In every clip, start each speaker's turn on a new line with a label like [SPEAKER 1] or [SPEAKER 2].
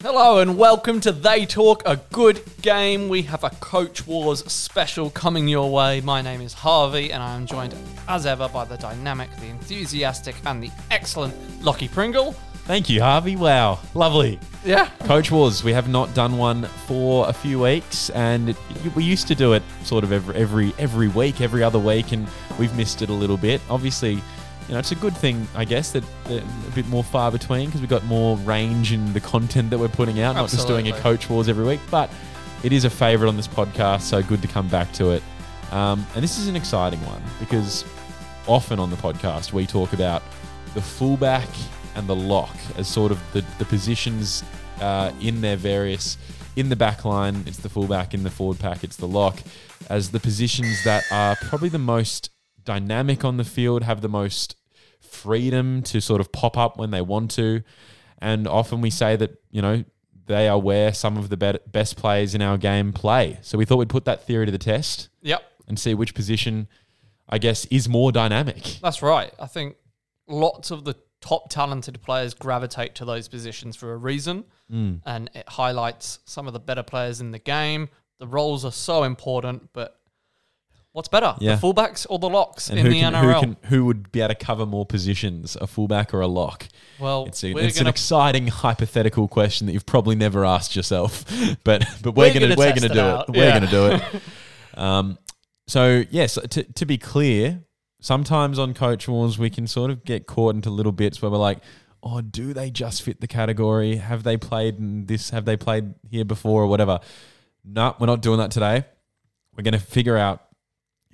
[SPEAKER 1] Hello and welcome to They Talk a Good Game. We have a Coach Wars special coming your way. My name is Harvey and I am joined as ever by the dynamic, the enthusiastic, and the excellent Lockie Pringle.
[SPEAKER 2] Thank you, Harvey. Wow, lovely.
[SPEAKER 1] Yeah.
[SPEAKER 2] Coach Wars, we have not done one for a few weeks, and it- we used to do it sort of every every every week, every other week, and we've missed it a little bit. Obviously, you know, it's a good thing, I guess, that, that a bit more far between because we've got more range in the content that we're putting out, not just doing a
[SPEAKER 1] Absolutely.
[SPEAKER 2] Coach Wars every week. But it is a favorite on this podcast, so good to come back to it. Um, and this is an exciting one because often on the podcast we talk about the fullback and the lock as sort of the, the positions uh, in their various in the back line it's the fullback in the forward pack it's the lock as the positions that are probably the most dynamic on the field have the most freedom to sort of pop up when they want to and often we say that you know they are where some of the bet- best players in our game play so we thought we'd put that theory to the test
[SPEAKER 1] Yep.
[SPEAKER 2] and see which position I guess is more dynamic.
[SPEAKER 1] That's right. I think lots of the top talented players gravitate to those positions for a reason,
[SPEAKER 2] Hmm.
[SPEAKER 1] and it highlights some of the better players in the game. The roles are so important, but what's better,
[SPEAKER 2] Yeah.
[SPEAKER 1] the fullbacks or the locks
[SPEAKER 2] And
[SPEAKER 1] in
[SPEAKER 2] who
[SPEAKER 1] the
[SPEAKER 2] can,
[SPEAKER 1] NRL?
[SPEAKER 2] who can who would be able to cover more positions, a fullback or a lock?
[SPEAKER 1] well,
[SPEAKER 2] It's, a,
[SPEAKER 1] we're
[SPEAKER 2] it's an
[SPEAKER 1] gonna,
[SPEAKER 2] exciting hypothetical question that you've probably never asked yourself, but but
[SPEAKER 1] We're
[SPEAKER 2] we're, gonna,
[SPEAKER 1] gonna
[SPEAKER 2] we're
[SPEAKER 1] test
[SPEAKER 2] gonna
[SPEAKER 1] it
[SPEAKER 2] do
[SPEAKER 1] out.
[SPEAKER 2] it. We're
[SPEAKER 1] Yeah.
[SPEAKER 2] gonna do it. um, so yes, to to be clear, sometimes on coach wars we can sort of get caught into little bits where we're like. Oh, do they just fit the category? Have they played in this? Have they played here before or whatever? No, we're not doing that today. We're going to figure out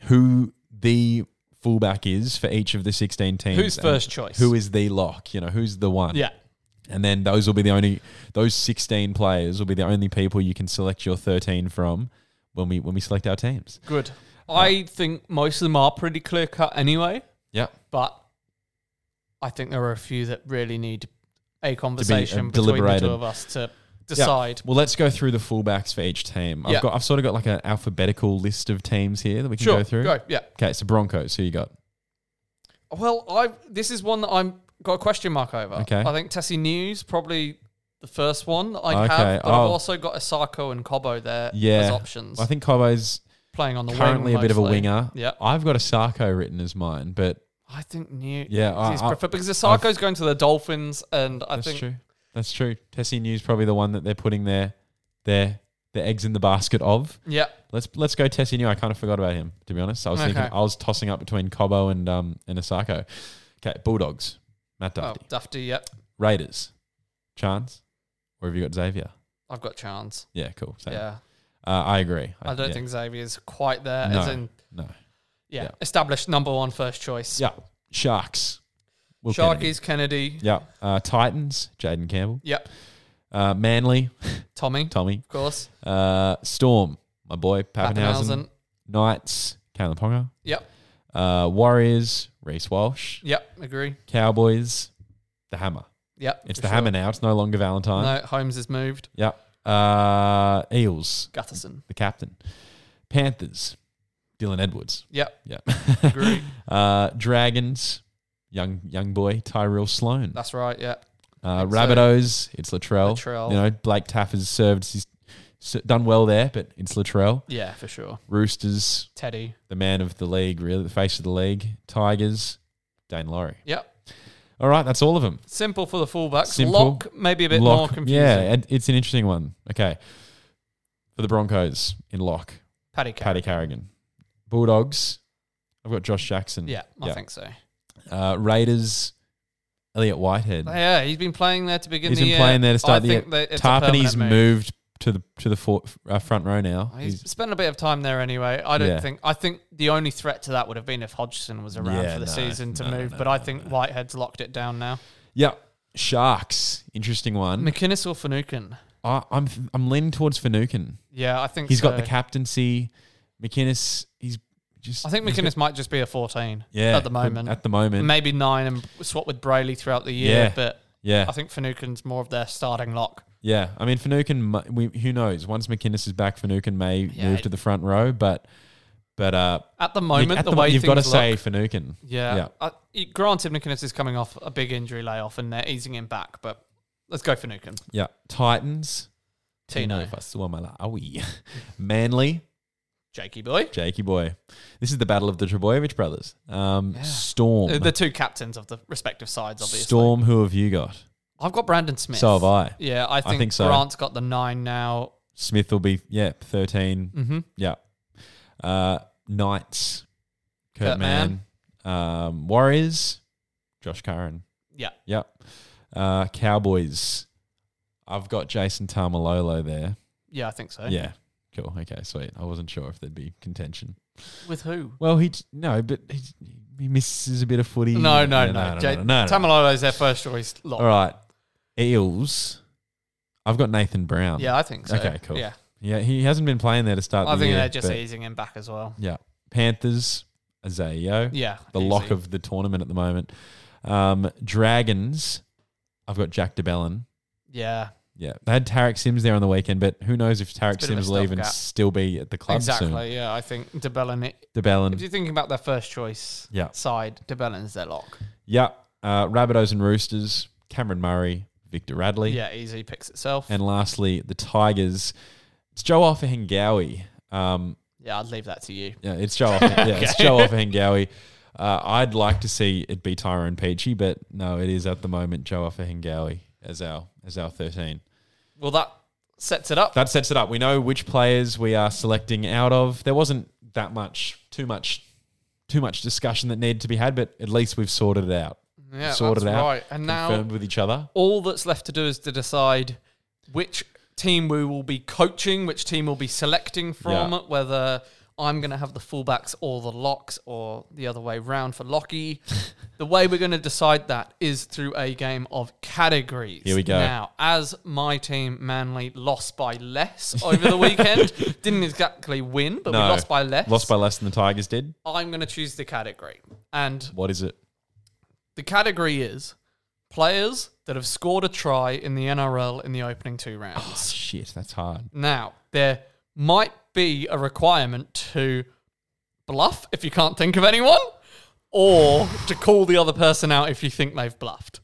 [SPEAKER 2] who the fullback is for each of the 16 teams.
[SPEAKER 1] Who's
[SPEAKER 2] and
[SPEAKER 1] first choice?
[SPEAKER 2] Who is the lock? You know, who's the one?
[SPEAKER 1] yeah,
[SPEAKER 2] And then those will be the only, those 16 players will be the only people you can select your 13 from when we, when we select our teams.
[SPEAKER 1] good. I think most of them are pretty clear cut anyway,
[SPEAKER 2] Yeah.
[SPEAKER 1] but I think there are a few that really need a conversation
[SPEAKER 2] um,
[SPEAKER 1] between the
[SPEAKER 2] deliberated.
[SPEAKER 1] two of us to decide.
[SPEAKER 2] Well, let's go through the fullbacks for each team. I've
[SPEAKER 1] Yeah.
[SPEAKER 2] got, I've sort of got like an alphabetical list of teams here that we can
[SPEAKER 1] Sure,
[SPEAKER 2] go through.
[SPEAKER 1] go, yeah.
[SPEAKER 2] Okay. So Broncos, who you got?
[SPEAKER 1] Well, I this is one that I'm got a question mark over.
[SPEAKER 2] Okay.
[SPEAKER 1] I think Tessie News probably the first one that I
[SPEAKER 2] Okay,
[SPEAKER 1] have, but I've
[SPEAKER 2] I'll-
[SPEAKER 1] also got Asako and Cobo there
[SPEAKER 2] Yeah.
[SPEAKER 1] as options.
[SPEAKER 2] I think Cobo's
[SPEAKER 1] playing on the
[SPEAKER 2] currently
[SPEAKER 1] wing
[SPEAKER 2] a bit of a
[SPEAKER 1] mostly.
[SPEAKER 2] winger.
[SPEAKER 1] Yeah.
[SPEAKER 2] I've got a Sarko written as mine, but
[SPEAKER 1] I think New
[SPEAKER 2] Yeah,
[SPEAKER 1] is
[SPEAKER 2] I- I-
[SPEAKER 1] prefer- because Asako's going to the Dolphins and I
[SPEAKER 2] That's
[SPEAKER 1] think
[SPEAKER 2] true. That's true. Tessie News probably the one that they're putting their their their eggs in the basket of.
[SPEAKER 1] yeah.
[SPEAKER 2] Let's let's go Tessie New. I kind of forgot about him to be honest. I was thinking
[SPEAKER 1] Okay.
[SPEAKER 2] I was tossing up between Cobo and um and Asako. Okay, Bulldogs. Matt
[SPEAKER 1] Oh,
[SPEAKER 2] Duffy.
[SPEAKER 1] Dufty, yep.
[SPEAKER 2] Raiders. Chance. Or have you got Xavier?
[SPEAKER 1] I've got chance.
[SPEAKER 2] Yeah, cool. Same.
[SPEAKER 1] Yeah.
[SPEAKER 2] Uh, I agree.
[SPEAKER 1] I don't
[SPEAKER 2] yeah.
[SPEAKER 1] think Xavier's quite there
[SPEAKER 2] no,
[SPEAKER 1] as in
[SPEAKER 2] no.
[SPEAKER 1] yeah,
[SPEAKER 2] Yeah.
[SPEAKER 1] established number one first choice.
[SPEAKER 2] Yeah. Sharks. Will
[SPEAKER 1] Shark
[SPEAKER 2] Kennedy.
[SPEAKER 1] is Kennedy.
[SPEAKER 2] Yeah. Uh, Titans. Jaden Campbell.
[SPEAKER 1] Yep.
[SPEAKER 2] Uh, Manly.
[SPEAKER 1] Tommy,
[SPEAKER 2] Tommy.
[SPEAKER 1] of course.
[SPEAKER 2] Uh, Storm. My boy Pappenhausen.
[SPEAKER 1] Pappenhausen.
[SPEAKER 2] Knights, Caelan Ponga.
[SPEAKER 1] Yep.
[SPEAKER 2] Uh, Warriors, Reese Walsh.
[SPEAKER 1] Yep. Agree.
[SPEAKER 2] Cowboys, the Hammer.
[SPEAKER 1] Yep.
[SPEAKER 2] It's
[SPEAKER 1] for
[SPEAKER 2] the
[SPEAKER 1] sure.
[SPEAKER 2] Hammer now. It's no longer Valentine.
[SPEAKER 1] No, Holmes has moved.
[SPEAKER 2] Yep. Uh, Eels,
[SPEAKER 1] Gutherson.
[SPEAKER 2] the captain. Panthers, Dylan Edwards.
[SPEAKER 1] Yep.
[SPEAKER 2] Yep.
[SPEAKER 1] Agree.
[SPEAKER 2] uh, Dragons, young young boy Tyrell Sloan.
[SPEAKER 1] That's right. Yep.
[SPEAKER 2] Uh,
[SPEAKER 1] think so.
[SPEAKER 2] Rabbitohs, it's Latrell.
[SPEAKER 1] Latrell.
[SPEAKER 2] You know, Blake Taff has served. He's s- done well there, but it's Latrell.
[SPEAKER 1] Yeah, for sure.
[SPEAKER 2] Roosters,
[SPEAKER 1] Teddy.
[SPEAKER 2] the man of the league, really, the face of the league. Tigers, Dane Laurie.
[SPEAKER 1] Yep.
[SPEAKER 2] All right, that's all of them.
[SPEAKER 1] Simple for the fullbacks.
[SPEAKER 2] Simple.
[SPEAKER 1] Lock, maybe a bit more confusing.
[SPEAKER 2] Yeah, and it's an interesting one. Okay. For the Broncos in lock,
[SPEAKER 1] Paddy Carey.
[SPEAKER 2] Paddy Carrigan. Bulldogs, I've got Josh Jackson.
[SPEAKER 1] Yeah, I think so.
[SPEAKER 2] Uh, Raiders, Elliot Whitehead.
[SPEAKER 1] Yeah, he's been playing there to begin
[SPEAKER 2] He's
[SPEAKER 1] the
[SPEAKER 2] been
[SPEAKER 1] year.
[SPEAKER 2] playing there to start
[SPEAKER 1] I
[SPEAKER 2] the year.
[SPEAKER 1] think that it's a
[SPEAKER 2] Tarpany's
[SPEAKER 1] permanent move. Oh,
[SPEAKER 2] moved to the to the for, uh, front row now.
[SPEAKER 1] He's, spent a bit of time there anyway. I don't
[SPEAKER 2] Yeah.
[SPEAKER 1] think. I think the only threat to that would have been if Hodgson was around
[SPEAKER 2] Yeah,
[SPEAKER 1] for the
[SPEAKER 2] no,
[SPEAKER 1] season to
[SPEAKER 2] no,
[SPEAKER 1] move.
[SPEAKER 2] no,
[SPEAKER 1] but I
[SPEAKER 2] no,
[SPEAKER 1] think
[SPEAKER 2] no.
[SPEAKER 1] Whitehead's locked it down now.
[SPEAKER 2] yeah. Sharks, interesting one.
[SPEAKER 1] McInnes or Finucane?
[SPEAKER 2] I, I'm I'm leaning towards Finucane.
[SPEAKER 1] Yeah, I think
[SPEAKER 2] He's
[SPEAKER 1] he's
[SPEAKER 2] got the captaincy. McInnes, he's just.
[SPEAKER 1] I think
[SPEAKER 2] he's got-
[SPEAKER 1] McInnes might just be a 14
[SPEAKER 2] yeah,
[SPEAKER 1] at the moment.
[SPEAKER 2] At the moment,
[SPEAKER 1] Maybe nine and swap with Brayley throughout the year,
[SPEAKER 2] Yeah.
[SPEAKER 1] but
[SPEAKER 2] yeah,
[SPEAKER 1] I think Finucane's more of their starting lock.
[SPEAKER 2] yeah. I mean, Finucane. mu- We, who knows? Once McInnes is back, Finucane may
[SPEAKER 1] Yeah,
[SPEAKER 2] move to the front row. But, but uh,
[SPEAKER 1] At the moment,
[SPEAKER 2] at
[SPEAKER 1] the,
[SPEAKER 2] the mo-
[SPEAKER 1] way
[SPEAKER 2] you've got to
[SPEAKER 1] things look-
[SPEAKER 2] say Finucane.
[SPEAKER 1] Yeah.
[SPEAKER 2] yeah.
[SPEAKER 1] I, y- granted, McInnes is coming off a big injury layoff and they're easing him back, but let's go for Nukin.
[SPEAKER 2] Yeah. Titans.
[SPEAKER 1] Tino,
[SPEAKER 2] If I saw my Malawi. Manly.
[SPEAKER 1] Jakey boy.
[SPEAKER 2] Jakey boy. This is the battle of the Trebojevic brothers. Um,
[SPEAKER 1] Yeah.
[SPEAKER 2] Storm.
[SPEAKER 1] Uh, The two captains of the respective sides, obviously.
[SPEAKER 2] Storm, who have you got?
[SPEAKER 1] I've got Brandon Smith.
[SPEAKER 2] So have I.
[SPEAKER 1] Yeah, I think,
[SPEAKER 2] think so.
[SPEAKER 1] Grant's got the nine now.
[SPEAKER 2] Smith will be, yeah, 13.
[SPEAKER 1] Mm-hmm.
[SPEAKER 2] Yeah. Uh, Knights. Kurt,
[SPEAKER 1] Kurt
[SPEAKER 2] Mann. Um, Warriors. Josh Curran.
[SPEAKER 1] Yeah.
[SPEAKER 2] Yep. Uh, Cowboys. I've got Jason Tamalolo there.
[SPEAKER 1] Yeah, I think so.
[SPEAKER 2] Yeah. Cool. Okay, sweet. I wasn't sure if there'd be contention.
[SPEAKER 1] With who?
[SPEAKER 2] Well, he no, but he, he misses a bit of footy.
[SPEAKER 1] No, no,
[SPEAKER 2] Yeah,
[SPEAKER 1] no. Jay-
[SPEAKER 2] no, no, no.
[SPEAKER 1] Tamalolo's their first choice lock.
[SPEAKER 2] All right, Eels. I've got Nathan Brown.
[SPEAKER 1] Yeah, I think so.
[SPEAKER 2] Okay, cool.
[SPEAKER 1] Yeah.
[SPEAKER 2] yeah. He hasn't been playing there to start.
[SPEAKER 1] I
[SPEAKER 2] the
[SPEAKER 1] think
[SPEAKER 2] year,
[SPEAKER 1] they're just
[SPEAKER 2] but-
[SPEAKER 1] easing him back as well.
[SPEAKER 2] yeah. Panthers, Azayo,
[SPEAKER 1] Yeah.
[SPEAKER 2] the
[SPEAKER 1] easy.
[SPEAKER 2] lock of the tournament at the moment. Um, Dragons. I've got Jack DeBellin.
[SPEAKER 1] Yeah.
[SPEAKER 2] Yeah, they had Tarek Sims there on the weekend, but who knows if Tarek
[SPEAKER 1] bit of a
[SPEAKER 2] Sims leave and
[SPEAKER 1] stopgap.
[SPEAKER 2] still be at the club
[SPEAKER 1] Exactly.
[SPEAKER 2] soon?
[SPEAKER 1] Yeah, I think DeBellin. If
[SPEAKER 2] DeBellin.
[SPEAKER 1] you're thinking about their first choice
[SPEAKER 2] Mm. Yeah.
[SPEAKER 1] side, DeBellin's their lock.
[SPEAKER 2] Yeah. Uh, Rabbitohs and Roosters. Cameron Murray, Victor Radley.
[SPEAKER 1] Yeah, easy picks itself.
[SPEAKER 2] And lastly, the Tigers. It's Joe Offahengawi. Um,
[SPEAKER 1] yeah, I'd leave that to you.
[SPEAKER 2] yeah, it's Joe. Offa, yeah, it's Joe Offahengawi. Uh, I'd like to see it be Tyrone Peachy, but no, it is at the moment Joe Offahengawi as our as our thirteen.
[SPEAKER 1] Well, that sets it up.
[SPEAKER 2] That sets it up. We know which players we are selecting out of. There wasn't that much, too much, too much discussion that needed to be had, but at least we've sorted it out.
[SPEAKER 1] yeah,
[SPEAKER 2] sorted
[SPEAKER 1] that's
[SPEAKER 2] out.
[SPEAKER 1] right. And now
[SPEAKER 2] Confirmed with each other.
[SPEAKER 1] all that's left to do is to decide which team we will be coaching, which team we'll be selecting from,
[SPEAKER 2] Yeah.
[SPEAKER 1] whether I'm going to have the fullbacks or the locks or the other way round for Lockie. the way we're going to decide that is through a game of categories.
[SPEAKER 2] Here we go.
[SPEAKER 1] Now, as my team, Manly, lost by less over the weekend, didn't exactly win, but we
[SPEAKER 2] No.
[SPEAKER 1] lost by less.
[SPEAKER 2] Lost by less than the Tigers did.
[SPEAKER 1] I'm going to choose the category. And
[SPEAKER 2] What is it?
[SPEAKER 1] the category is players that have scored a try in the NRL in the opening two rounds.
[SPEAKER 2] Shit, that's hard.
[SPEAKER 1] now, there might be a requirement to bluff if you can't think of anyone, or to call the other person out if you think they've bluffed.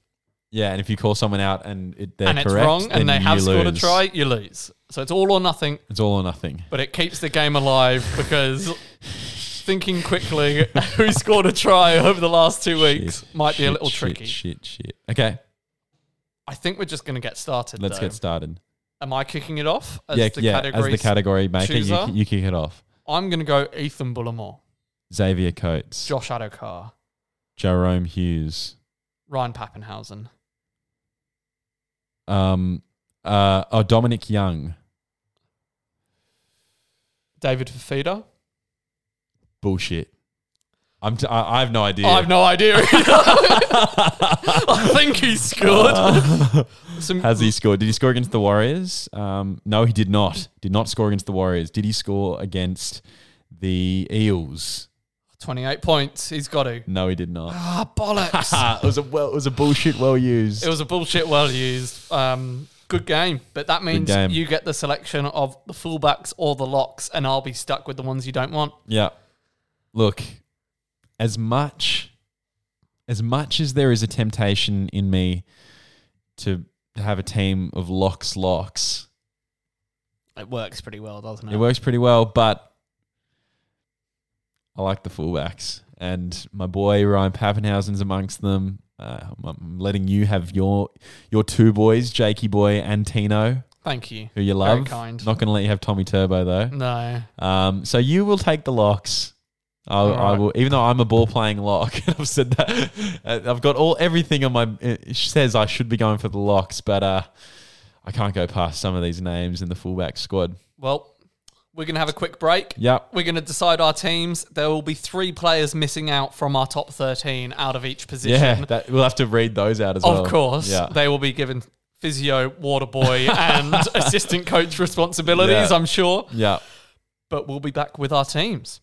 [SPEAKER 2] Yeah, and if you call someone out and it, they're
[SPEAKER 1] and it's
[SPEAKER 2] correct,
[SPEAKER 1] wrong
[SPEAKER 2] then
[SPEAKER 1] and they have
[SPEAKER 2] you
[SPEAKER 1] scored a
[SPEAKER 2] lose.
[SPEAKER 1] try, you lose. So it's all or nothing,
[SPEAKER 2] It's all or nothing.
[SPEAKER 1] but it keeps the game alive because thinking quickly who scored a try over the last two weeks
[SPEAKER 2] Shit,
[SPEAKER 1] might be a
[SPEAKER 2] shit,
[SPEAKER 1] little
[SPEAKER 2] shit,
[SPEAKER 1] tricky.
[SPEAKER 2] Shit, shit. Okay,
[SPEAKER 1] I think we're just going to get started.
[SPEAKER 2] let's
[SPEAKER 1] though.
[SPEAKER 2] get started.
[SPEAKER 1] Am I kicking it off as
[SPEAKER 2] yeah,
[SPEAKER 1] the
[SPEAKER 2] yeah. As
[SPEAKER 1] category?
[SPEAKER 2] the category maker, you,
[SPEAKER 1] chooser?
[SPEAKER 2] you kick it off.
[SPEAKER 1] I'm going to go Ethan Bullimore,
[SPEAKER 2] Xavier Coates,
[SPEAKER 1] Josh Adokar,
[SPEAKER 2] Jerome Hughes.
[SPEAKER 1] Ryan Pappenhausen,
[SPEAKER 2] Um, uh, oh, Dominic Young.
[SPEAKER 1] David Fafita.
[SPEAKER 2] Bullshit. I'm. T- I, am I have no idea.
[SPEAKER 1] I have no idea. I think he scored. Some,
[SPEAKER 2] Has he scored? Did he score against the Warriors? Um, no, he did not. Did not score against the Warriors. Did he score against the Eels?
[SPEAKER 1] 28 points. He's got to.
[SPEAKER 2] No, he did not.
[SPEAKER 1] Ah, bollocks.
[SPEAKER 2] Ah, it was a well, it was a bullshit well used.
[SPEAKER 1] it was a bullshit well used. Um, good game. But that means
[SPEAKER 2] game.
[SPEAKER 1] you get the selection of the fullbacks or the locks, and I'll be stuck with the ones you don't want.
[SPEAKER 2] yeah. Look, as much as much as there is a temptation in me to to have a team of locks locks,
[SPEAKER 1] It works pretty well, doesn't it?
[SPEAKER 2] it works pretty well, but I like the fullbacks and my boy Ryan Pappenhausen's amongst them. Uh, I'm- I'm letting you have your your two boys, Jakey Boy and Tino,
[SPEAKER 1] Thank you.
[SPEAKER 2] who you love.
[SPEAKER 1] kind.
[SPEAKER 2] Not going to let you have Tommy Turbo though.
[SPEAKER 1] No.
[SPEAKER 2] Um, so you will take the locks. I,
[SPEAKER 1] All
[SPEAKER 2] I
[SPEAKER 1] right.
[SPEAKER 2] will, even though I'm a ball playing lock. I've said that. uh, I've got all everything on my. It says I should be going for the locks, but uh, I can't go past some of these names in the fullback squad.
[SPEAKER 1] Well, We're going to have a quick break.
[SPEAKER 2] Yep.
[SPEAKER 1] We're going to decide our teams. There will be three players missing out from our top 13 out of each position.
[SPEAKER 2] Yeah, that, we'll have to read those out as well.
[SPEAKER 1] Of course,
[SPEAKER 2] Yeah.
[SPEAKER 1] they will be given physio, water boy, and assistant coach responsibilities,
[SPEAKER 2] Yeah.
[SPEAKER 1] I'm sure.
[SPEAKER 2] yeah.
[SPEAKER 1] But we'll be back with our teams.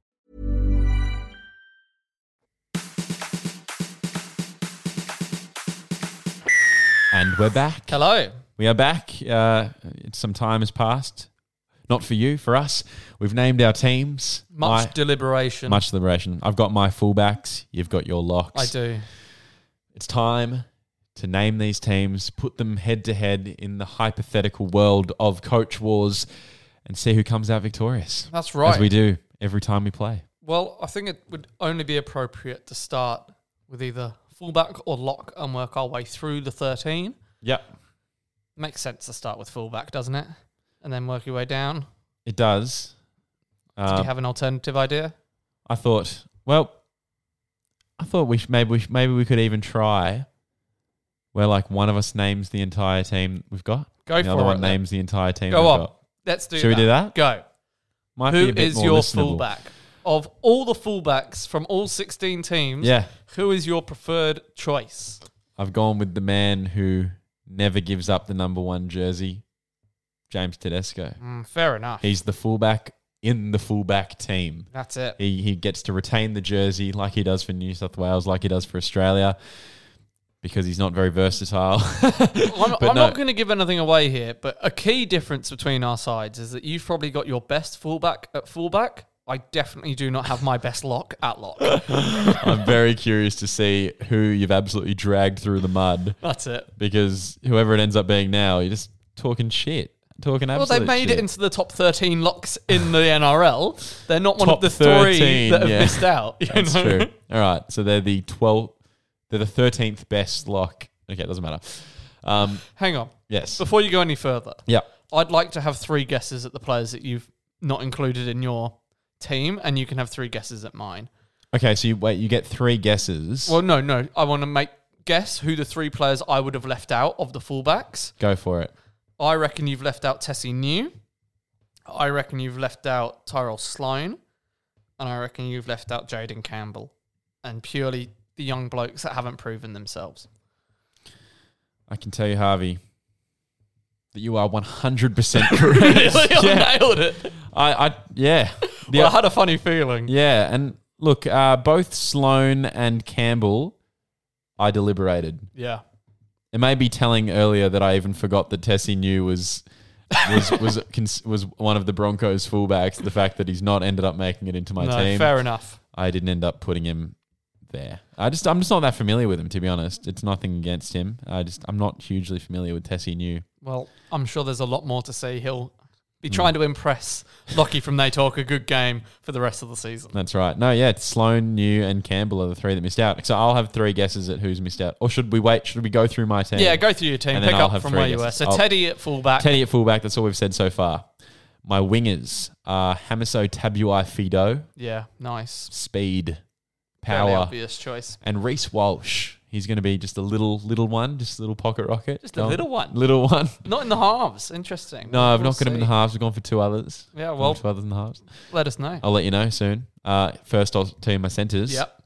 [SPEAKER 2] And we're back.
[SPEAKER 1] Hello.
[SPEAKER 2] We are back. Uh, it's- some time has passed. Not for you, for us. We've named our teams.
[SPEAKER 1] Much
[SPEAKER 2] My-
[SPEAKER 1] deliberation.
[SPEAKER 2] much liberation. I've got my fullbacks. You've got your locks.
[SPEAKER 1] I do.
[SPEAKER 2] It's time to name these teams, put them head to head in the hypothetical world of coach wars, and see who comes out victorious.
[SPEAKER 1] That's right.
[SPEAKER 2] As we do every time we play.
[SPEAKER 1] Well, I think it would only be appropriate to start with either fullback or lock and work our way through the 13.
[SPEAKER 2] Yep.
[SPEAKER 1] Makes sense to start with fullback, doesn't it? And then work your way down.
[SPEAKER 2] It does.
[SPEAKER 1] Do
[SPEAKER 2] Um,
[SPEAKER 1] you have an alternative idea?
[SPEAKER 2] I thought, well, I thought we sh- maybe we sh- maybe we could even try where like one of us names the entire team we've got.
[SPEAKER 1] Go
[SPEAKER 2] and the other
[SPEAKER 1] for it
[SPEAKER 2] one
[SPEAKER 1] then.
[SPEAKER 2] names the entire team.
[SPEAKER 1] Go
[SPEAKER 2] we've
[SPEAKER 1] on.
[SPEAKER 2] Got.
[SPEAKER 1] Let's do
[SPEAKER 2] Should we do that?
[SPEAKER 1] Go.
[SPEAKER 2] Might be
[SPEAKER 1] Who
[SPEAKER 2] a bit
[SPEAKER 1] is
[SPEAKER 2] more
[SPEAKER 1] your
[SPEAKER 2] listenable.
[SPEAKER 1] fullback? Of all the fullbacks from all 16 teams,
[SPEAKER 2] Yeah,
[SPEAKER 1] who is your preferred choice?
[SPEAKER 2] I've gone with the man who never gives up the number one jersey, James Tedesco.
[SPEAKER 1] Mm, fair enough.
[SPEAKER 2] He's the fullback in the fullback team.
[SPEAKER 1] That's it.
[SPEAKER 2] He he gets to retain the jersey like he does for New South Wales, like he does for Australia, because he's not very versatile.
[SPEAKER 1] I'm,
[SPEAKER 2] But
[SPEAKER 1] I'm
[SPEAKER 2] no.
[SPEAKER 1] not going to give anything away here, but a key difference between our sides is that you've probably got your best fullback at fullback. I definitely do not have my best lock at lock.
[SPEAKER 2] I'm very curious to see who you've absolutely dragged through the mud
[SPEAKER 1] That's it.
[SPEAKER 2] because whoever it ends up being now, you're just talking shit, talking
[SPEAKER 1] Well,
[SPEAKER 2] absolute.
[SPEAKER 1] they made it
[SPEAKER 2] shit.
[SPEAKER 1] into the top 13 locks in the NRL. They're not one
[SPEAKER 2] Top
[SPEAKER 1] of the three
[SPEAKER 2] 13,
[SPEAKER 1] that have
[SPEAKER 2] yeah.
[SPEAKER 1] missed out. you
[SPEAKER 2] That's
[SPEAKER 1] know?
[SPEAKER 2] true. All right, so they're the 12th, they're the 13th best lock. Okay, it doesn't matter. Um,
[SPEAKER 1] Hang on.
[SPEAKER 2] yes.
[SPEAKER 1] Before you go any further,
[SPEAKER 2] yeah.
[SPEAKER 1] I'd like to have three guesses at the players that you've not included in your team, and you can have three guesses at mine.
[SPEAKER 2] Okay, so you wait, you get three guesses.
[SPEAKER 1] Well, no, no. I want to make guess who the three players I would have left out of the fullbacks.
[SPEAKER 2] Go for it.
[SPEAKER 1] I reckon you've left out Tessie New. I reckon you've left out Tyrell Sloan. And I reckon you've left out Jaden Campbell. And purely the young blokes that haven't proven themselves.
[SPEAKER 2] I can tell you, Harvey, that you are 100% correct. yeah.
[SPEAKER 1] I nailed it.
[SPEAKER 2] I, I, yeah. The-
[SPEAKER 1] Well, I had a funny feeling.
[SPEAKER 2] Yeah, and look, uh, both Sloan and Campbell, I deliberated.
[SPEAKER 1] yeah.
[SPEAKER 2] It may be telling earlier that I even forgot that Tessie knew was was was cons- was one of the Broncos fullbacks. The fact that he's not ended up making it into my
[SPEAKER 1] no,
[SPEAKER 2] team,
[SPEAKER 1] fair enough.
[SPEAKER 2] I didn't end up putting him there. I just I'm just not that familiar with him to be honest. It's nothing against him. I just I'm not hugely familiar with Tessie New.
[SPEAKER 1] Well, I'm sure there's a lot more to see. He'll be
[SPEAKER 2] Hmm.
[SPEAKER 1] trying to impress Lockie from They Talk a good game for the rest of the season.
[SPEAKER 2] That's right. No, yeah, it's Sloan, New, and Campbell are the three that missed out. So I'll have three guesses at who's missed out. Or should we wait? Should we go through my team?
[SPEAKER 1] Yeah, go through your team.
[SPEAKER 2] And then
[SPEAKER 1] Pick
[SPEAKER 2] I'll
[SPEAKER 1] up
[SPEAKER 2] have
[SPEAKER 1] from
[SPEAKER 2] three
[SPEAKER 1] where you were.
[SPEAKER 2] guesses.
[SPEAKER 1] So
[SPEAKER 2] I'll-
[SPEAKER 1] Teddy at fullback.
[SPEAKER 2] Teddy at fullback. That's all we've said so far. My wingers are Hamiso Tabuai Fido,
[SPEAKER 1] Yeah, nice.
[SPEAKER 2] speed,
[SPEAKER 1] Fairly
[SPEAKER 2] power,
[SPEAKER 1] obvious choice.
[SPEAKER 2] and Reese Walsh. He's going to be just a little, little one, just a little pocket rocket.
[SPEAKER 1] Just a little one.
[SPEAKER 2] Little one.
[SPEAKER 1] Not in the halves. Interesting.
[SPEAKER 2] No, I've
[SPEAKER 1] We'll
[SPEAKER 2] not got him in the
[SPEAKER 1] see.
[SPEAKER 2] halves. I've gone for two others.
[SPEAKER 1] Yeah,
[SPEAKER 2] Gone
[SPEAKER 1] well-
[SPEAKER 2] two others in the halves.
[SPEAKER 1] Let us know.
[SPEAKER 2] I'll let you know soon. Uh, first, I'll tell you my centers.
[SPEAKER 1] Yep.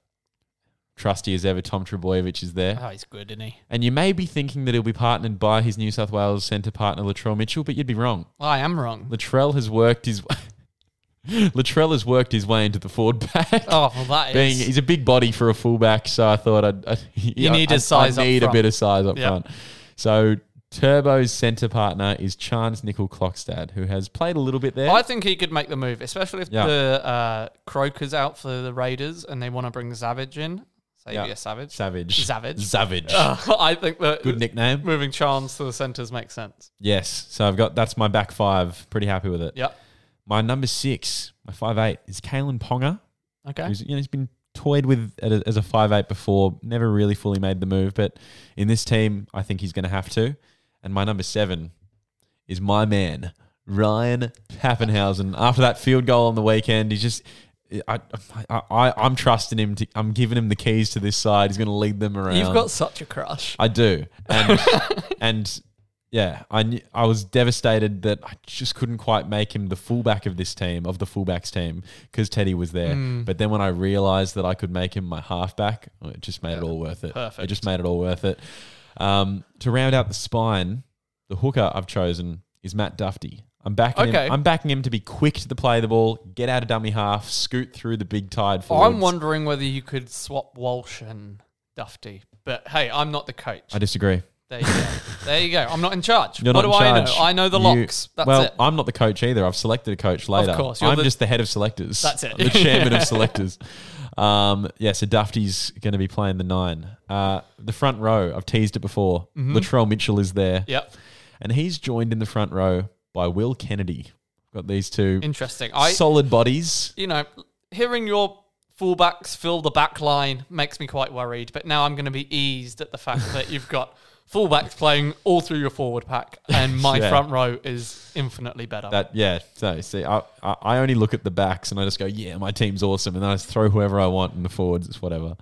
[SPEAKER 2] trusty as ever, Tom Trebojevic is there.
[SPEAKER 1] Oh, he's good, isn't he?
[SPEAKER 2] And you may be thinking that he'll be partnered by his New South Wales centre partner Latrell Mitchell, but you'd be wrong.
[SPEAKER 1] I am wrong.
[SPEAKER 2] Latrell has worked his Latrell has worked his way into the forward pack.
[SPEAKER 1] Oh, well, that
[SPEAKER 2] Being,
[SPEAKER 1] is.
[SPEAKER 2] he's a big body for a fullback, so I thought I'd, I,
[SPEAKER 1] You need
[SPEAKER 2] I,
[SPEAKER 1] his size
[SPEAKER 2] I
[SPEAKER 1] up
[SPEAKER 2] need a
[SPEAKER 1] front.
[SPEAKER 2] bit of size up
[SPEAKER 1] Yeah.
[SPEAKER 2] front. So Turbo's centre partner is Chance Nickel Clockstad, who has played a little bit there.
[SPEAKER 1] I think he could make the move, especially if
[SPEAKER 2] Yeah.
[SPEAKER 1] the uh, Croker's out for the Raiders and they want to bring Savage in. Xavier Savage.
[SPEAKER 2] Savage.
[SPEAKER 1] Savage.
[SPEAKER 2] Savage.
[SPEAKER 1] I think that
[SPEAKER 2] Good nickname.
[SPEAKER 1] moving Chance to the centres makes sense.
[SPEAKER 2] Yes. So I've got that's my back five. Pretty happy with it.
[SPEAKER 1] Yeah.
[SPEAKER 2] My number six, my five eight, is Kalen Ponga.
[SPEAKER 1] Okay.
[SPEAKER 2] Who's, you know, he's been toyed with at a, as a five eight before, never really fully made the move, but in this team, I think he's going to have to. And my number seven is my man, Ryan Pappenhausen. After that field goal on the weekend, he's just. I, I, I, I'm trusting him. To, I'm giving him the keys to this side. He's going to lead them around.
[SPEAKER 1] You've got such a crush.
[SPEAKER 2] I do, and and yeah, I knew, I was devastated that I just couldn't quite make him the fullback of this team of the fullbacks team because Teddy was there.
[SPEAKER 1] Hmm.
[SPEAKER 2] But then when I realised that I could make him my halfback, it just made it all worth it. It
[SPEAKER 1] perfect.
[SPEAKER 2] just made it all worth it. Um, to round out the spine, the hooker I've chosen is Matt Dufty. I'm backing
[SPEAKER 1] Okay.
[SPEAKER 2] him. I'm backing him to be quick to the play the ball, get out of dummy half, scoot through the big tide forwards.
[SPEAKER 1] I'm wondering whether you could swap Walsh and Dufty. But hey, I'm not the coach.
[SPEAKER 2] I disagree.
[SPEAKER 1] There you go. there you go. I'm not in charge.
[SPEAKER 2] You're
[SPEAKER 1] what do
[SPEAKER 2] not in
[SPEAKER 1] I know?
[SPEAKER 2] charge.
[SPEAKER 1] I know the
[SPEAKER 2] You-
[SPEAKER 1] locks. That's
[SPEAKER 2] well,
[SPEAKER 1] it.
[SPEAKER 2] I'm not the coach either. I've selected a coach later.
[SPEAKER 1] course, you're
[SPEAKER 2] I'm
[SPEAKER 1] the-
[SPEAKER 2] just the head of selectors.
[SPEAKER 1] That's it.
[SPEAKER 2] I'm the chairman of selectors. Um, yeah, so Dufty's going to be playing the nine. Uh, the front row, I've teased it before. Latrell Mitchell is there.
[SPEAKER 1] Mm-hmm. Yep.
[SPEAKER 2] And he's joined in the front row by Will Kennedy. Got these two
[SPEAKER 1] Interesting. I
[SPEAKER 2] solid bodies.
[SPEAKER 1] you know, hearing your fullbacks fill the back line makes me quite worried, but now I'm gonna be eased at the fact that you've got fullbacks playing all through your forward pack and my
[SPEAKER 2] Yeah.
[SPEAKER 1] front row is infinitely better.
[SPEAKER 2] That yeah. So see, I, I I only look at the backs and I just go, yeah, my team's awesome, and then I just throw whoever I want in the forwards. It's whatever.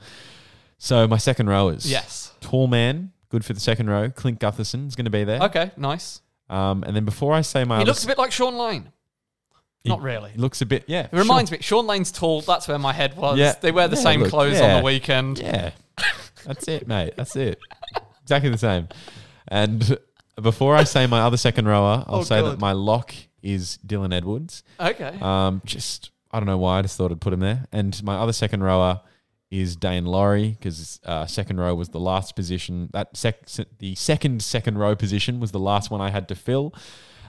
[SPEAKER 2] So my second row is
[SPEAKER 1] Yes.
[SPEAKER 2] tall man, good for the second row. Clint Gutherson is going to be there.
[SPEAKER 1] okay, nice.
[SPEAKER 2] Um, and then before I say my,
[SPEAKER 1] He
[SPEAKER 2] other
[SPEAKER 1] looks a bit like Sean Lane. Not really.
[SPEAKER 2] He looks a bit. Yeah,
[SPEAKER 1] It reminds me, Sean Lane's tall. That's where my head was.
[SPEAKER 2] Yeah.
[SPEAKER 1] They wear the
[SPEAKER 2] Yeah,
[SPEAKER 1] same
[SPEAKER 2] look,
[SPEAKER 1] clothes
[SPEAKER 2] yeah.
[SPEAKER 1] on the weekend.
[SPEAKER 2] Yeah, that's it, mate. That's it. Exactly the same. And before I say my other second rower, I'll
[SPEAKER 1] Oh,
[SPEAKER 2] say that
[SPEAKER 1] God.
[SPEAKER 2] my lock is Dylan Edwards.
[SPEAKER 1] Okay.
[SPEAKER 2] Um, just I don't know why. I just thought I'd put him there. And my other second rower is Dane Laurie because uh, second row was the last position. That sec- se- the second second row position was the last one I had to fill.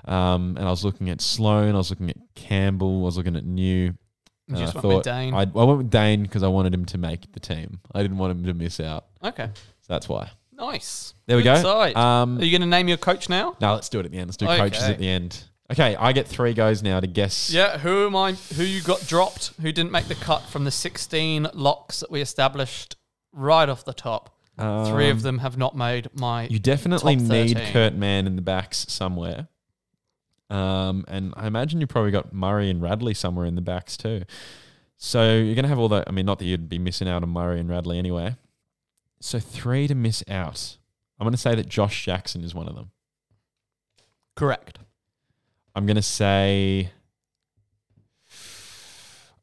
[SPEAKER 2] Um, and I was looking at Sloan. I was looking at Campbell. I was looking at New.
[SPEAKER 1] You
[SPEAKER 2] and
[SPEAKER 1] just
[SPEAKER 2] I
[SPEAKER 1] went with
[SPEAKER 2] thought-
[SPEAKER 1] Dane.
[SPEAKER 2] I, I went with Dane because I wanted him to make the team. I didn't want him to miss out.
[SPEAKER 1] okay.
[SPEAKER 2] So that's why.
[SPEAKER 1] Nice.
[SPEAKER 2] There we
[SPEAKER 1] Good
[SPEAKER 2] go.
[SPEAKER 1] Side.
[SPEAKER 2] Um,
[SPEAKER 1] Are you going to name your coach now?
[SPEAKER 2] Now let's do it at the end. Let's do
[SPEAKER 1] Okay.
[SPEAKER 2] coaches at the end. Okay, I get three goes now to guess.
[SPEAKER 1] Yeah. Who am I? Who you got dropped? Who didn't make the cut from the 16 locks that we established right off the top? Three of them have not made my.
[SPEAKER 2] Um, You definitely
[SPEAKER 1] top
[SPEAKER 2] need
[SPEAKER 1] 13.
[SPEAKER 2] Kurt Mann in the backs somewhere. Um, and I imagine you probably got Murray and Radley somewhere in the backs too. So you're going to have all that. I mean, not that you'd be missing out on Murray and Radley anyway. So three to miss out. I'm going to say that Josh Jackson is one of them.
[SPEAKER 1] Correct.
[SPEAKER 2] I'm going to say.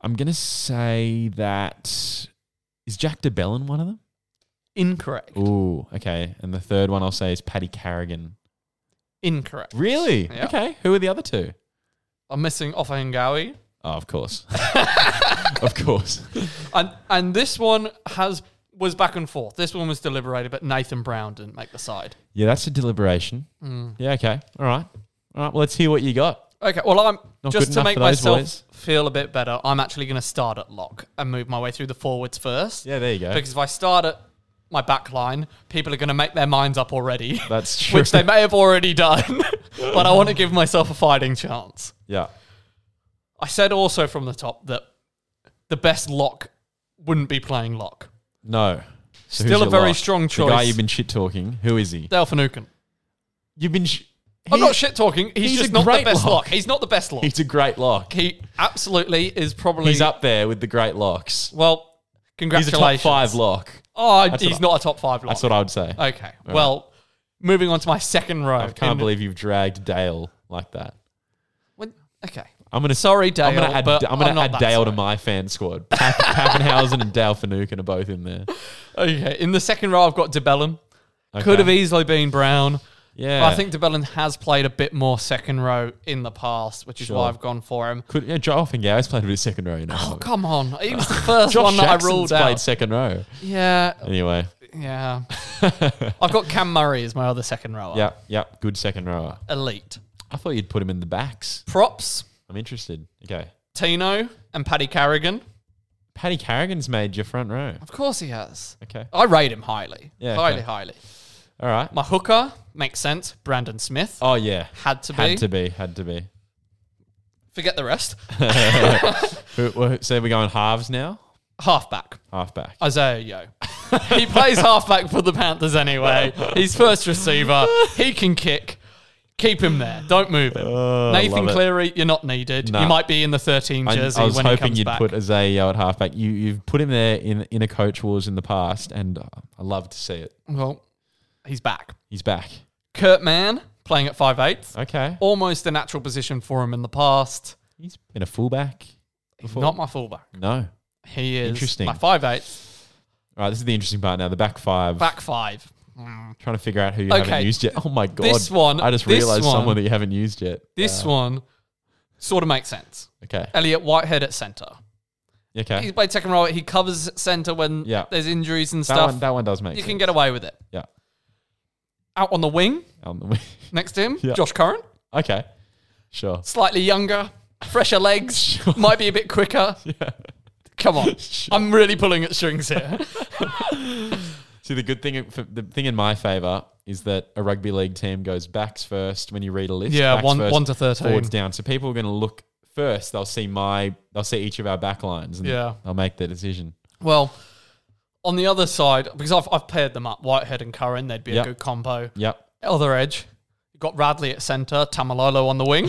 [SPEAKER 2] I'm going to say that. Is Jack DeBellin one of them?
[SPEAKER 1] Incorrect.
[SPEAKER 2] Ooh, okay. And the third one I'll say is Paddy Carrigan.
[SPEAKER 1] Incorrect.
[SPEAKER 2] Really?
[SPEAKER 1] Yeah.
[SPEAKER 2] Okay. Who are the other two?
[SPEAKER 1] I'm missing off Ngawi.
[SPEAKER 2] Oh, of course. of course.
[SPEAKER 1] And and this one has was back and forth. This one was deliberated, but Nathan Brown didn't make the side.
[SPEAKER 2] Yeah, that's a deliberation.
[SPEAKER 1] Mm.
[SPEAKER 2] Yeah, okay. All right. All right. Well, let's hear what you got.
[SPEAKER 1] Okay, well, I'm
[SPEAKER 2] Not good
[SPEAKER 1] just to
[SPEAKER 2] enough
[SPEAKER 1] make
[SPEAKER 2] for those
[SPEAKER 1] myself
[SPEAKER 2] boys.
[SPEAKER 1] feel a bit better. I'm actually going to start at lock and move my way through the forwards first.
[SPEAKER 2] Yeah, there you go.
[SPEAKER 1] because if I start at my back line, people are going to make their minds up already,
[SPEAKER 2] That's true.
[SPEAKER 1] which they may have already done. but I want to give myself a fighting chance.
[SPEAKER 2] yeah.
[SPEAKER 1] I said also from the top that the best lock wouldn't be playing lock.
[SPEAKER 2] No. So who's
[SPEAKER 1] Still a
[SPEAKER 2] your
[SPEAKER 1] very
[SPEAKER 2] lock?
[SPEAKER 1] strong
[SPEAKER 2] The guy
[SPEAKER 1] choice.
[SPEAKER 2] you've been shit talking. Who is he?
[SPEAKER 1] Dale Finucane.
[SPEAKER 2] You've been. Sh-
[SPEAKER 1] I'm
[SPEAKER 2] He-
[SPEAKER 1] not shit talking. He's,
[SPEAKER 2] he's a
[SPEAKER 1] just not the
[SPEAKER 2] great
[SPEAKER 1] best
[SPEAKER 2] lock.
[SPEAKER 1] lock. He's not the best lock.
[SPEAKER 2] He's a great lock.
[SPEAKER 1] he absolutely is probably
[SPEAKER 2] He's up there with the great locks.
[SPEAKER 1] Well,
[SPEAKER 2] He's a
[SPEAKER 1] congratulations.
[SPEAKER 2] top five lock.
[SPEAKER 1] Oh,
[SPEAKER 2] That's
[SPEAKER 1] he's
[SPEAKER 2] what I-
[SPEAKER 1] not a top five lock.
[SPEAKER 2] That's what I would say. I
[SPEAKER 1] Okay. Well, moving on to my second row.
[SPEAKER 2] can't
[SPEAKER 1] In-
[SPEAKER 2] believe you've dragged Dale like that.
[SPEAKER 1] When- okay.
[SPEAKER 2] I'm gonna
[SPEAKER 1] Sorry, Dale,
[SPEAKER 2] I'm gonna add,
[SPEAKER 1] but
[SPEAKER 2] I'm
[SPEAKER 1] I'm
[SPEAKER 2] gonna
[SPEAKER 1] not
[SPEAKER 2] add
[SPEAKER 1] that
[SPEAKER 2] Dale to
[SPEAKER 1] sorry.
[SPEAKER 2] my fan squad. Pap- Pappenhausen and Dale Finucane are both in there.
[SPEAKER 1] Okay, in the second row, I've got DeBellum.
[SPEAKER 2] Okay.
[SPEAKER 1] Could have easily been Brown.
[SPEAKER 2] Yeah,
[SPEAKER 1] But I think DeBellin has played a bit more second row in the past, which is
[SPEAKER 2] Sure.
[SPEAKER 1] why I've gone for him.
[SPEAKER 2] could yeah. Joe Offengao's played a bit of second row. You know,
[SPEAKER 1] Oh, come on. He was the first
[SPEAKER 2] Josh
[SPEAKER 1] one that
[SPEAKER 2] Jackson's
[SPEAKER 1] I ruled
[SPEAKER 2] played
[SPEAKER 1] out.
[SPEAKER 2] second row.
[SPEAKER 1] yeah,
[SPEAKER 2] Anyway,
[SPEAKER 1] yeah. I've got Cam Murray as my other second rower.
[SPEAKER 2] yeah, yeah, good second rower.
[SPEAKER 1] Elite.
[SPEAKER 2] I thought you'd put him in the backs.
[SPEAKER 1] Props,
[SPEAKER 2] I'm interested. Okay,
[SPEAKER 1] Tino and Paddy Carrigan.
[SPEAKER 2] Paddy Carrigan's made your front row.
[SPEAKER 1] Of course he has.
[SPEAKER 2] Okay,
[SPEAKER 1] I rate him highly.
[SPEAKER 2] Yeah,
[SPEAKER 1] highly,
[SPEAKER 2] okay.
[SPEAKER 1] highly.
[SPEAKER 2] all right.
[SPEAKER 1] My hooker makes sense. Brandon Smith.
[SPEAKER 2] Oh yeah,
[SPEAKER 1] Had to be.
[SPEAKER 2] had to be, had to be.
[SPEAKER 1] Forget the rest.
[SPEAKER 2] Who- who- So we're going halves now,
[SPEAKER 1] Halfback.
[SPEAKER 2] halfback.
[SPEAKER 1] Isaiah Yo. he plays halfback for the Panthers anyway. He's first receiver. He can kick. Keep him there. Don't move him. Nathan
[SPEAKER 2] Oh, love it.
[SPEAKER 1] Cleary, you're not needed.
[SPEAKER 2] Nah.
[SPEAKER 1] You might be in the 13
[SPEAKER 2] I,
[SPEAKER 1] jersey
[SPEAKER 2] I was
[SPEAKER 1] when he
[SPEAKER 2] hoping
[SPEAKER 1] comes
[SPEAKER 2] you'd
[SPEAKER 1] back.
[SPEAKER 2] put Azayo at halfback. You you've put him there in in a coach wars in the past, and uh, I love to see it.
[SPEAKER 1] well, he's back.
[SPEAKER 2] He's back.
[SPEAKER 1] Kurt Mann playing at 5'8".
[SPEAKER 2] Okay,
[SPEAKER 1] Almost a natural position for him in the past.
[SPEAKER 2] he's been a fullback.
[SPEAKER 1] He's not my fullback.
[SPEAKER 2] No. All
[SPEAKER 1] He is
[SPEAKER 2] Interesting.
[SPEAKER 1] my 5'8".
[SPEAKER 2] right, this is the interesting part now. The back five.
[SPEAKER 1] Back five.
[SPEAKER 2] Trying to figure out who you
[SPEAKER 1] Okay.
[SPEAKER 2] haven't used yet. Oh my god!
[SPEAKER 1] This one-
[SPEAKER 2] I just
[SPEAKER 1] this
[SPEAKER 2] realized
[SPEAKER 1] one-
[SPEAKER 2] someone that you haven't used yet.
[SPEAKER 1] This one sort of makes sense.
[SPEAKER 2] Okay.
[SPEAKER 1] Elliot Whitehead at centre.
[SPEAKER 2] Okay.
[SPEAKER 1] He's played second row. He covers centre when
[SPEAKER 2] Yeah.
[SPEAKER 1] there's injuries and
[SPEAKER 2] that
[SPEAKER 1] stuff.
[SPEAKER 2] one. That one does make.
[SPEAKER 1] you
[SPEAKER 2] sense.
[SPEAKER 1] can get away with it.
[SPEAKER 2] Yeah.
[SPEAKER 1] Out on the wing,
[SPEAKER 2] On the wing.
[SPEAKER 1] next to him,
[SPEAKER 2] Yeah.
[SPEAKER 1] Josh Curran,
[SPEAKER 2] Um, okay. Sure.
[SPEAKER 1] slightly younger, fresher legs,
[SPEAKER 2] Sure.
[SPEAKER 1] might be a bit quicker. Come on, I'm really pulling at strings here.
[SPEAKER 2] See, the good thing, for, the thing in my favour is that a rugby league team goes backs first when you read a list.
[SPEAKER 1] Yeah,
[SPEAKER 2] backs
[SPEAKER 1] one- one to 13.
[SPEAKER 2] forwards down. So people are going to look first. They'll see my, they'll see each of our back lines, and
[SPEAKER 1] Yeah.
[SPEAKER 2] they'll make their decision.
[SPEAKER 1] well, on the other side, because I've, I've paired them up, Whitehead and Curran, they'd be
[SPEAKER 2] Yeah.
[SPEAKER 1] a good combo.
[SPEAKER 2] Yep.
[SPEAKER 1] Other edge, you've got Radley at centre, Tamalolo on the wing.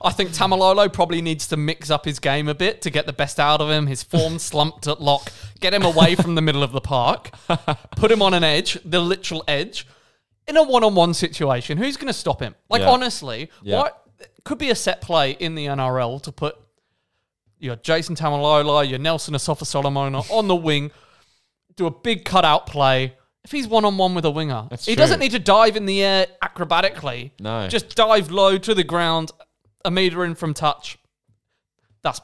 [SPEAKER 1] I think Tamalolo probably needs to mix up his game a bit to get the best out of him. His form slumped at lock. Get him away from the middle of the park. Put him on an edge, the literal edge. In a one on one situation, who's going to stop him? Like,
[SPEAKER 2] Yeah.
[SPEAKER 1] honestly,
[SPEAKER 2] Yeah.
[SPEAKER 1] what could be a set play in the NRL to put your Jason Tamalolo, your Nelson Asafa Solomona on the wing, do a big cutout play. If he's one on one with a winger,
[SPEAKER 2] That's
[SPEAKER 1] he
[SPEAKER 2] true.
[SPEAKER 1] doesn't need to dive in the air acrobatically.
[SPEAKER 2] No.
[SPEAKER 1] Just dive low to the ground, a meter in from touch. That's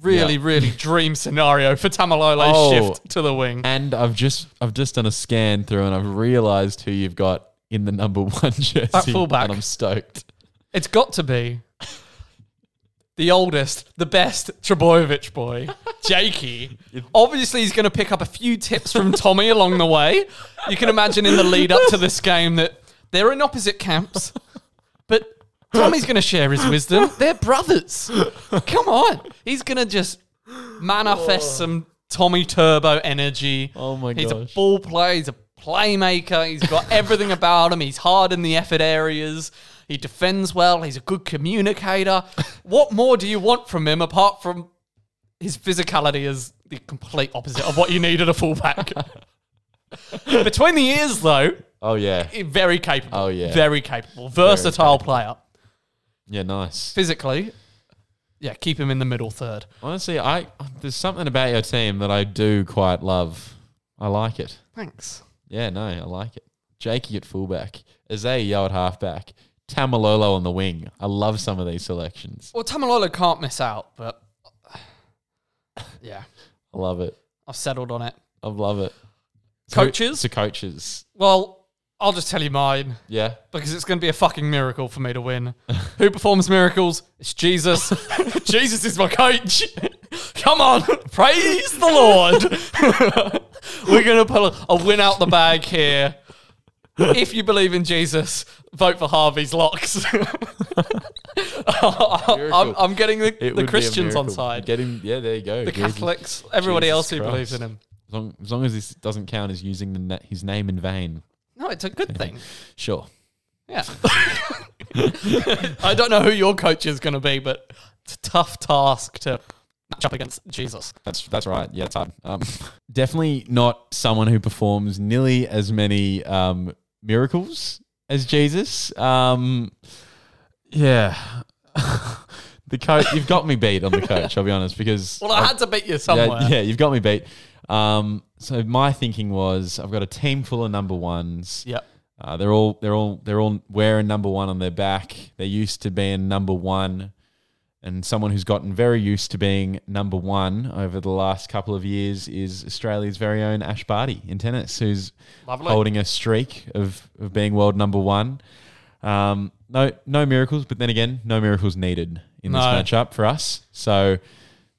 [SPEAKER 1] really,
[SPEAKER 2] Yeah.
[SPEAKER 1] really dream scenario for Tamalolo's
[SPEAKER 2] Oh.
[SPEAKER 1] shift to the wing.
[SPEAKER 2] And I've just, I've just done a scan through, and I've realised who you've got in the number one jersey.
[SPEAKER 1] fullback.
[SPEAKER 2] And I'm stoked.
[SPEAKER 1] It's got to be the oldest, the best Trebojevic boy, Jakey. Obviously, he's going to pick up a few tips from Tommy along the way. You can imagine in the lead up to this game that they're in opposite camps, but Tommy's going to share his wisdom. They're brothers. Come on. He's going to just manifest some Tommy Turbo energy.
[SPEAKER 2] Oh my
[SPEAKER 1] He's a
[SPEAKER 2] gosh.
[SPEAKER 1] ball player. He's a playmaker. He's got everything about him. He's hard in the effort areas. He defends well. He's a good communicator. What more do you want from him apart from his physicality is the complete opposite of what you need at a fullback? Between the ears, though,
[SPEAKER 2] Oh yeah,
[SPEAKER 1] very capable.
[SPEAKER 2] Oh, yeah.
[SPEAKER 1] Very capable. Versatile player.
[SPEAKER 2] yeah, nice.
[SPEAKER 1] Physically, yeah, keep him in the middle third.
[SPEAKER 2] Honestly, I there's something about your team that I do quite love. I like it.
[SPEAKER 1] Thanks.
[SPEAKER 2] Yeah, no, I like it. Jakey at fullback, Isaiah Yo at halfback, Tamalolo on the wing. I love some of these selections.
[SPEAKER 1] Well, Tamalolo can't miss out, but yeah,
[SPEAKER 2] I love it.
[SPEAKER 1] I've settled on it.
[SPEAKER 2] I love it.
[SPEAKER 1] Coaches?
[SPEAKER 2] to coaches.
[SPEAKER 1] Well, I'll just tell you mine
[SPEAKER 2] Yeah.
[SPEAKER 1] because it's going to be a fucking miracle for me to win. Who performs miracles? It's Jesus. Jesus is my coach. Come on, praise the Lord. We're going to pull a, a win out the bag here. If you believe in Jesus, vote for Harvey's locks. I'm, I'm getting the, the Christians on side,
[SPEAKER 2] Get him. Yeah, there you go.
[SPEAKER 1] the Catholics, everybody else who believes in him.
[SPEAKER 2] As long, as long as this doesn't count as using the na- his name in vain.
[SPEAKER 1] No, it's a good thing.
[SPEAKER 2] Sure.
[SPEAKER 1] Yeah. I don't know who your coach is going to be, but it's a tough task to match up against Jesus.
[SPEAKER 2] That's that's right. Yeah, it's hard. Um, definitely not someone who performs nearly as many um, miracles as Jesus. Um, yeah, the coach, you've got me beat on the coach. I'll be honest because
[SPEAKER 1] Well, I had to beat you somewhere.
[SPEAKER 2] Yeah, yeah, you've got me beat. Um, so my thinking was, I've got a team full of number ones.
[SPEAKER 1] Yep.
[SPEAKER 2] Uh, they're all they're all they're all wearing number one on their back. They're used to being number one, and someone who's gotten very used to being number one over the last couple of years is Australia's very own Ash Barty in tennis, who's
[SPEAKER 1] Lovely.
[SPEAKER 2] holding a streak of of being world number one. Um, no no miracles, but then again, no miracles needed in this
[SPEAKER 1] No.
[SPEAKER 2] matchup for us. So,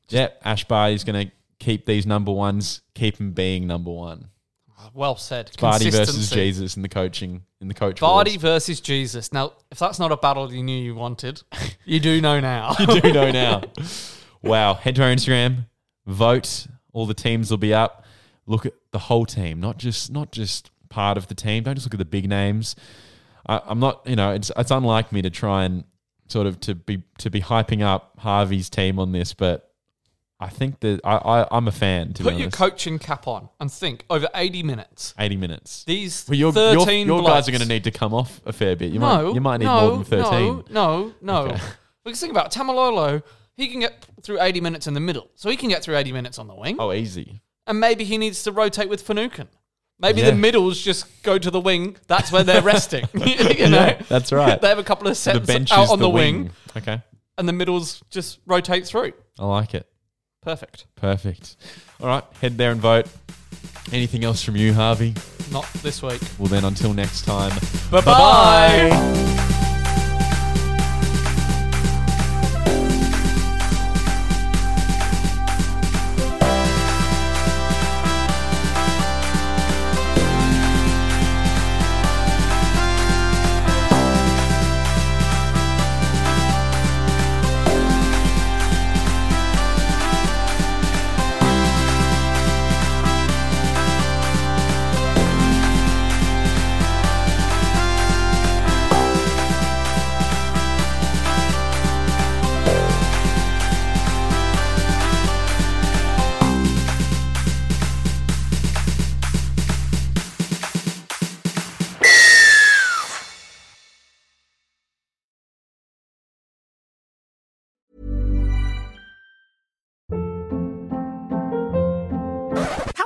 [SPEAKER 2] yeah, Ash Barty is going to keep these number ones, keep them being number one.
[SPEAKER 1] Well said.
[SPEAKER 2] Barty versus
[SPEAKER 1] Consistency.
[SPEAKER 2] Jesus in the coaching in the coach.
[SPEAKER 1] Barty
[SPEAKER 2] wars.
[SPEAKER 1] versus Jesus. Now, if that's not a battle you knew you wanted, you do know now.
[SPEAKER 2] you do know now. Wow. Head to our Instagram, vote. All the teams will be up. Look at the whole team, not just not just part of the team. Don't just look at the big names. I, I'm not, you know, it's it's unlike me to try and sort of to be to be hyping up Harvey's team on this, but I think that I, I I'm a fan. To
[SPEAKER 1] Put
[SPEAKER 2] be
[SPEAKER 1] your
[SPEAKER 2] honest.
[SPEAKER 1] coaching cap on and think over 80 minutes.
[SPEAKER 2] 80 minutes.
[SPEAKER 1] These
[SPEAKER 2] Well, your, your,
[SPEAKER 1] 13
[SPEAKER 2] your
[SPEAKER 1] blokes-
[SPEAKER 2] guys are going to need to come off a fair bit. You
[SPEAKER 1] no,
[SPEAKER 2] might you might need
[SPEAKER 1] no,
[SPEAKER 2] more than 13.
[SPEAKER 1] No, no, no.
[SPEAKER 2] Okay.
[SPEAKER 1] Because think about Tamalolo, he can get through 80 minutes in the middle. So he can get through 80 minutes on the wing.
[SPEAKER 2] Oh, easy.
[SPEAKER 1] And maybe he needs to rotate with Fanukin. Maybe
[SPEAKER 2] Yeah.
[SPEAKER 1] the middles just go to the wing. That's where they're resting. you know?
[SPEAKER 2] Yeah, that's right.
[SPEAKER 1] They have a couple of sets
[SPEAKER 2] the bench
[SPEAKER 1] out
[SPEAKER 2] is
[SPEAKER 1] on the, wing,
[SPEAKER 2] wing. Okay.
[SPEAKER 1] and the middles just rotate through.
[SPEAKER 2] I like it.
[SPEAKER 1] Perfect.
[SPEAKER 2] Perfect. All right, head there and vote. Anything else from you, Harvey?
[SPEAKER 1] Not this week.
[SPEAKER 2] Well, then, until next time.
[SPEAKER 1] Bye-bye.